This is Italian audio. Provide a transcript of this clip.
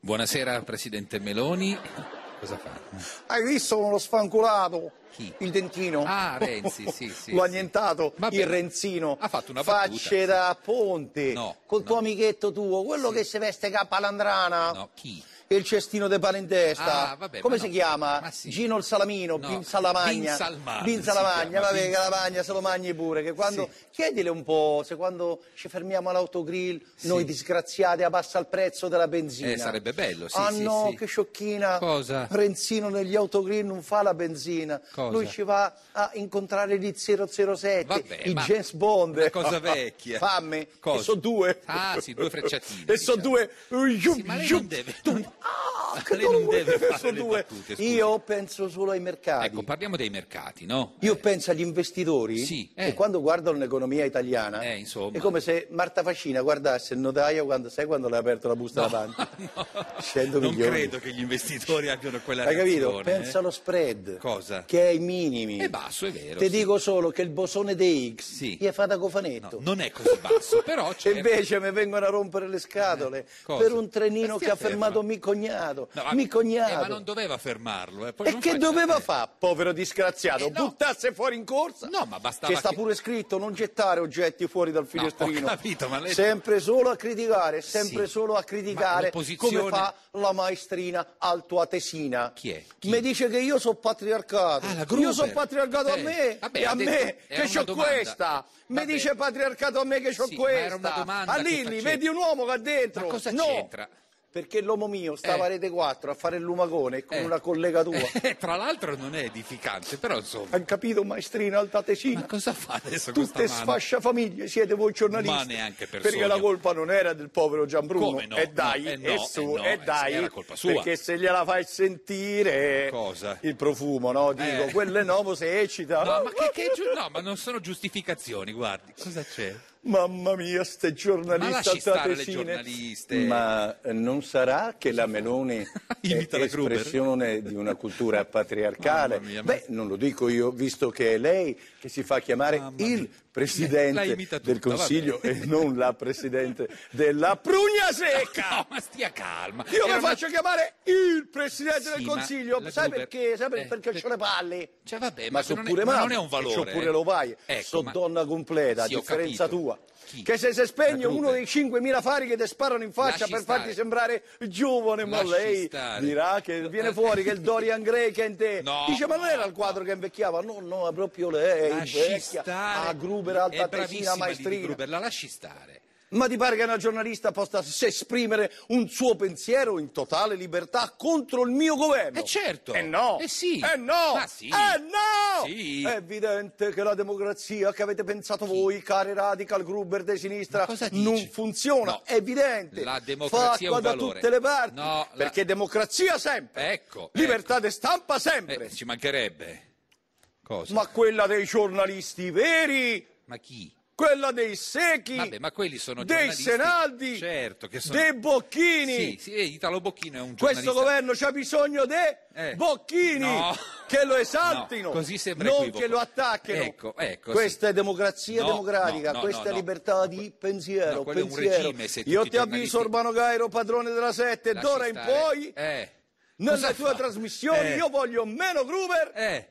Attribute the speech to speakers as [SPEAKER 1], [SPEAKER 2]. [SPEAKER 1] Buonasera Presidente Meloni. Cosa fa?
[SPEAKER 2] Hai visto uno sfanculato?
[SPEAKER 1] Chi?
[SPEAKER 2] Il dentino.
[SPEAKER 1] Ah, Renzi, sì, sì,
[SPEAKER 2] L'ho
[SPEAKER 1] sì.
[SPEAKER 2] annientato,
[SPEAKER 1] Vabbè.
[SPEAKER 2] il Renzino.
[SPEAKER 1] Ha fatto una battuta.
[SPEAKER 2] Facce da ponte.
[SPEAKER 1] No,
[SPEAKER 2] Col
[SPEAKER 1] no.
[SPEAKER 2] tuo amichetto tuo, quello che si veste a palandrana.
[SPEAKER 1] No, chi?
[SPEAKER 2] E il cestino de pane in testa.
[SPEAKER 1] Ah, vabbè,
[SPEAKER 2] Come
[SPEAKER 1] ma
[SPEAKER 2] si
[SPEAKER 1] no.
[SPEAKER 2] chiama?
[SPEAKER 1] Ma sì.
[SPEAKER 2] Gino il salamino,
[SPEAKER 1] No,
[SPEAKER 2] Bin Salamagna.
[SPEAKER 1] Bin Salman
[SPEAKER 2] Bin
[SPEAKER 1] si
[SPEAKER 2] Salamagna,
[SPEAKER 1] chiama,
[SPEAKER 2] vabbè,
[SPEAKER 1] Bin
[SPEAKER 2] che la magna se lo mangi pure. Che quando... Chiedile un po' se quando ci fermiamo all'autogrill noi disgraziati a passa il prezzo della benzina.
[SPEAKER 1] Eh, sarebbe bello, sì,
[SPEAKER 2] Ah
[SPEAKER 1] sì,
[SPEAKER 2] no,
[SPEAKER 1] sì.
[SPEAKER 2] che sciocchina.
[SPEAKER 1] Cosa?
[SPEAKER 2] Renzino negli autogrill non fa la benzina.
[SPEAKER 1] Cosa?
[SPEAKER 2] Lui ci va a incontrare gli 007,
[SPEAKER 1] Vabbè,
[SPEAKER 2] i
[SPEAKER 1] ma
[SPEAKER 2] James Bond.
[SPEAKER 1] una cosa vecchia.
[SPEAKER 2] Fammi,
[SPEAKER 1] Cosa?
[SPEAKER 2] e so due.
[SPEAKER 1] Ah, sì, due frecciatine,
[SPEAKER 2] e so
[SPEAKER 1] diciamo.
[SPEAKER 2] due.
[SPEAKER 1] Sì, ma lei non deve...
[SPEAKER 2] Ah, che
[SPEAKER 1] lei non
[SPEAKER 2] dolore,
[SPEAKER 1] deve fare
[SPEAKER 2] so
[SPEAKER 1] le
[SPEAKER 2] due.
[SPEAKER 1] battute, scusi.
[SPEAKER 2] Io penso solo ai mercati.
[SPEAKER 1] Ecco, parliamo dei mercati, no?
[SPEAKER 2] Io
[SPEAKER 1] Eh,
[SPEAKER 2] penso agli investitori
[SPEAKER 1] Sì, eh.
[SPEAKER 2] che quando guardano l'economia italiana
[SPEAKER 1] Eh, insomma.
[SPEAKER 2] è come se Marta Fascina guardasse il notaio quando, sai quando le ha aperto la busta davanti?
[SPEAKER 1] no,
[SPEAKER 2] 100
[SPEAKER 1] non
[SPEAKER 2] milioni.
[SPEAKER 1] credo che gli investitori abbiano quella
[SPEAKER 2] Hai capito?
[SPEAKER 1] reazione.
[SPEAKER 2] Pensa allo spread
[SPEAKER 1] eh. Cosa?
[SPEAKER 2] che è ai minimi.
[SPEAKER 1] eh. È basso, è vero.
[SPEAKER 2] Ti
[SPEAKER 1] sì.
[SPEAKER 2] dico solo che il bosone dei X
[SPEAKER 1] Sì.
[SPEAKER 2] gli è fatto a
[SPEAKER 1] No,
[SPEAKER 2] cofanetto.
[SPEAKER 1] non è così basso, però certo. c'è...
[SPEAKER 2] E invece mi vengono a rompere le scatole
[SPEAKER 1] cosa?
[SPEAKER 2] per un trenino
[SPEAKER 1] Ma
[SPEAKER 2] che ha
[SPEAKER 1] stia
[SPEAKER 2] fermato
[SPEAKER 1] fermo.
[SPEAKER 2] mio cognato.
[SPEAKER 1] No, ma-
[SPEAKER 2] mi cognato.
[SPEAKER 1] Eh, ma non doveva fermarlo. Eh. Poi
[SPEAKER 2] E
[SPEAKER 1] non
[SPEAKER 2] che
[SPEAKER 1] faccia-
[SPEAKER 2] doveva
[SPEAKER 1] eh.
[SPEAKER 2] fare, povero disgraziato?
[SPEAKER 1] Eh, no.
[SPEAKER 2] Buttasse fuori in corsa?
[SPEAKER 1] No, ma bastava
[SPEAKER 2] Che sta
[SPEAKER 1] che-
[SPEAKER 2] pure scritto non gettare oggetti fuori dal finestrino.
[SPEAKER 1] ho capito, ma lei-
[SPEAKER 2] Sempre solo a criticare, sempre
[SPEAKER 1] Sì.
[SPEAKER 2] solo a
[SPEAKER 1] Ma
[SPEAKER 2] criticare
[SPEAKER 1] l'opposizione-
[SPEAKER 2] come fa la maestrina altoatesina.
[SPEAKER 1] Chi è? Chi?
[SPEAKER 2] Mi dice che io sono patriarcato.
[SPEAKER 1] Ah, la Gruber.
[SPEAKER 2] io sono patriarcato a
[SPEAKER 1] Eh,
[SPEAKER 2] me
[SPEAKER 1] vabbè,
[SPEAKER 2] e
[SPEAKER 1] ha
[SPEAKER 2] a
[SPEAKER 1] detto-
[SPEAKER 2] me
[SPEAKER 1] era
[SPEAKER 2] che
[SPEAKER 1] una
[SPEAKER 2] c'ho
[SPEAKER 1] domanda.
[SPEAKER 2] questa. Mi
[SPEAKER 1] Vabbè.
[SPEAKER 2] dice patriarcato a me che c'ho
[SPEAKER 1] Sì, ma era
[SPEAKER 2] questa.
[SPEAKER 1] una domanda
[SPEAKER 2] a
[SPEAKER 1] che
[SPEAKER 2] Lilli,
[SPEAKER 1] faceva.
[SPEAKER 2] vedi un uomo qua dentro.
[SPEAKER 1] Ma cosa
[SPEAKER 2] no.
[SPEAKER 1] c'entra?
[SPEAKER 2] Perché l'uomo mio stava
[SPEAKER 1] Eh.
[SPEAKER 2] a Rete 4 a fare il lumagone con
[SPEAKER 1] Eh.
[SPEAKER 2] una collega tua.
[SPEAKER 1] Eh, tra l'altro non è edificante, però insomma...
[SPEAKER 2] Hai capito, maestrina
[SPEAKER 1] Ma
[SPEAKER 2] altatesina?
[SPEAKER 1] cosa fa adesso
[SPEAKER 2] Tutte
[SPEAKER 1] questa mano?
[SPEAKER 2] sfascia famiglie, siete voi giornalisti.
[SPEAKER 1] Ma neanche per
[SPEAKER 2] Perché
[SPEAKER 1] sogno.
[SPEAKER 2] la colpa non era del povero Gianbruno.
[SPEAKER 1] Come no?
[SPEAKER 2] E dai,
[SPEAKER 1] No, eh no,
[SPEAKER 2] e su,
[SPEAKER 1] eh no,
[SPEAKER 2] e dai.
[SPEAKER 1] era colpa sua.
[SPEAKER 2] Perché se gliela fai sentire...
[SPEAKER 1] Cosa?
[SPEAKER 2] Il profumo, no? Dico,
[SPEAKER 1] Eh.
[SPEAKER 2] quello è nuovo se eccita.
[SPEAKER 1] No, ma che, che giu- no, ma non sono giustificazioni, guardi. Cosa c'è?
[SPEAKER 2] Mamma mia, ste
[SPEAKER 1] Ma
[SPEAKER 2] giornaliste
[SPEAKER 1] lasci stare le
[SPEAKER 2] altatesine.
[SPEAKER 1] giornaliste.
[SPEAKER 2] Ma eh, non sarà che la Meloni è
[SPEAKER 1] Imita la Gruber.
[SPEAKER 2] espressione di una cultura patriarcale?
[SPEAKER 1] Mamma mia, ma-
[SPEAKER 2] Beh, non lo dico io, visto che è lei che si fa chiamare
[SPEAKER 1] Mamma mia.
[SPEAKER 2] il
[SPEAKER 1] La
[SPEAKER 2] Presidente
[SPEAKER 1] imita tutta,
[SPEAKER 2] del Consiglio
[SPEAKER 1] vabbè.
[SPEAKER 2] e non la Presidente della Prugna Secca!
[SPEAKER 1] No, ma stia calma.
[SPEAKER 2] Io
[SPEAKER 1] Era
[SPEAKER 2] mi
[SPEAKER 1] una-
[SPEAKER 2] faccio chiamare il Presidente
[SPEAKER 1] Sì,
[SPEAKER 2] del
[SPEAKER 1] ma
[SPEAKER 2] Consiglio,
[SPEAKER 1] la
[SPEAKER 2] sai
[SPEAKER 1] Gruber-
[SPEAKER 2] perché? Sai
[SPEAKER 1] Eh,
[SPEAKER 2] perché
[SPEAKER 1] per-
[SPEAKER 2] ho le palle?
[SPEAKER 1] Cioè, vabbè,
[SPEAKER 2] ma
[SPEAKER 1] ma,
[SPEAKER 2] so
[SPEAKER 1] non,
[SPEAKER 2] pure
[SPEAKER 1] è, ma
[SPEAKER 2] mamma,
[SPEAKER 1] non è un valore.
[SPEAKER 2] e so pure lo vai,
[SPEAKER 1] Ecco,
[SPEAKER 2] so
[SPEAKER 1] ma-
[SPEAKER 2] donna completa, a
[SPEAKER 1] Sì, ho
[SPEAKER 2] differenza
[SPEAKER 1] capito.
[SPEAKER 2] tua.
[SPEAKER 1] Chi?
[SPEAKER 2] Che se si spegne
[SPEAKER 1] La Gruber.
[SPEAKER 2] uno dei 5.000 fari che ti sparano in faccia
[SPEAKER 1] Lasci
[SPEAKER 2] per farti
[SPEAKER 1] stare.
[SPEAKER 2] sembrare giovane, ma
[SPEAKER 1] Lasci
[SPEAKER 2] lei
[SPEAKER 1] stare.
[SPEAKER 2] dirà che viene fuori che il Dorian Gray che è in te.
[SPEAKER 1] No,
[SPEAKER 2] Dice, ma non era
[SPEAKER 1] no,
[SPEAKER 2] il quadro che invecchiava? No, no, è proprio lei,
[SPEAKER 1] Lasci
[SPEAKER 2] vecchia,
[SPEAKER 1] stare.
[SPEAKER 2] a Gruber,
[SPEAKER 1] è
[SPEAKER 2] alta
[SPEAKER 1] bravissima
[SPEAKER 2] tesina,
[SPEAKER 1] Lady
[SPEAKER 2] maestrina.
[SPEAKER 1] Gruber, la lasci stare.
[SPEAKER 2] Ma ti pare che una giornalista possa s- esprimere un suo pensiero in totale libertà contro il mio governo?
[SPEAKER 1] Eh, certo.
[SPEAKER 2] Eh no!
[SPEAKER 1] Eh, sì.
[SPEAKER 2] Eh no!
[SPEAKER 1] Ma sì.
[SPEAKER 2] Eh no!
[SPEAKER 1] Sì.
[SPEAKER 2] È evidente che la democrazia che avete pensato voi, cari radical Gruber di sinistra,
[SPEAKER 1] Ma cosa dici?
[SPEAKER 2] non funziona.
[SPEAKER 1] No.
[SPEAKER 2] È evidente.
[SPEAKER 1] La democrazia è un
[SPEAKER 2] Fatto da
[SPEAKER 1] valore.
[SPEAKER 2] tutte le parti.
[SPEAKER 1] No, la-
[SPEAKER 2] Perché democrazia sempre.
[SPEAKER 1] Ecco,
[SPEAKER 2] Libertà di stampa sempre.
[SPEAKER 1] Eh, ci mancherebbe. Cosa?
[SPEAKER 2] Ma quella dei giornalisti veri
[SPEAKER 1] Ma chi?
[SPEAKER 2] quella dei Secchi,
[SPEAKER 1] Vabbè, ma quelli sono
[SPEAKER 2] dei
[SPEAKER 1] giornalisti.
[SPEAKER 2] Senaldi,
[SPEAKER 1] Certo, che sono-
[SPEAKER 2] dei Bocchini.
[SPEAKER 1] Sì, sì, eh, Italo Bocchino è un giornalista.
[SPEAKER 2] Questo governo c'ha bisogno dei
[SPEAKER 1] Eh.
[SPEAKER 2] Bocchini
[SPEAKER 1] No.
[SPEAKER 2] che lo esaltino,
[SPEAKER 1] No, così sembra
[SPEAKER 2] non
[SPEAKER 1] equivoco.
[SPEAKER 2] che lo attacchino.
[SPEAKER 1] Ecco, ecco,
[SPEAKER 2] questa
[SPEAKER 1] sì.
[SPEAKER 2] è democrazia
[SPEAKER 1] No,
[SPEAKER 2] democratica,
[SPEAKER 1] no, no,
[SPEAKER 2] questa
[SPEAKER 1] no,
[SPEAKER 2] è
[SPEAKER 1] no.
[SPEAKER 2] libertà di pensiero.
[SPEAKER 1] No, quello è un
[SPEAKER 2] pensiero.
[SPEAKER 1] regime, se tutti
[SPEAKER 2] Io
[SPEAKER 1] i
[SPEAKER 2] ti avviso,
[SPEAKER 1] giornalisti-
[SPEAKER 2] Urbano Cairo, padrone della sette,
[SPEAKER 1] Lasci
[SPEAKER 2] d'ora in
[SPEAKER 1] stare.
[SPEAKER 2] poi,
[SPEAKER 1] Eh.
[SPEAKER 2] nella
[SPEAKER 1] Cosa
[SPEAKER 2] tua
[SPEAKER 1] fa?
[SPEAKER 2] trasmissione,
[SPEAKER 1] Eh.
[SPEAKER 2] io voglio meno Gruber
[SPEAKER 1] Eh.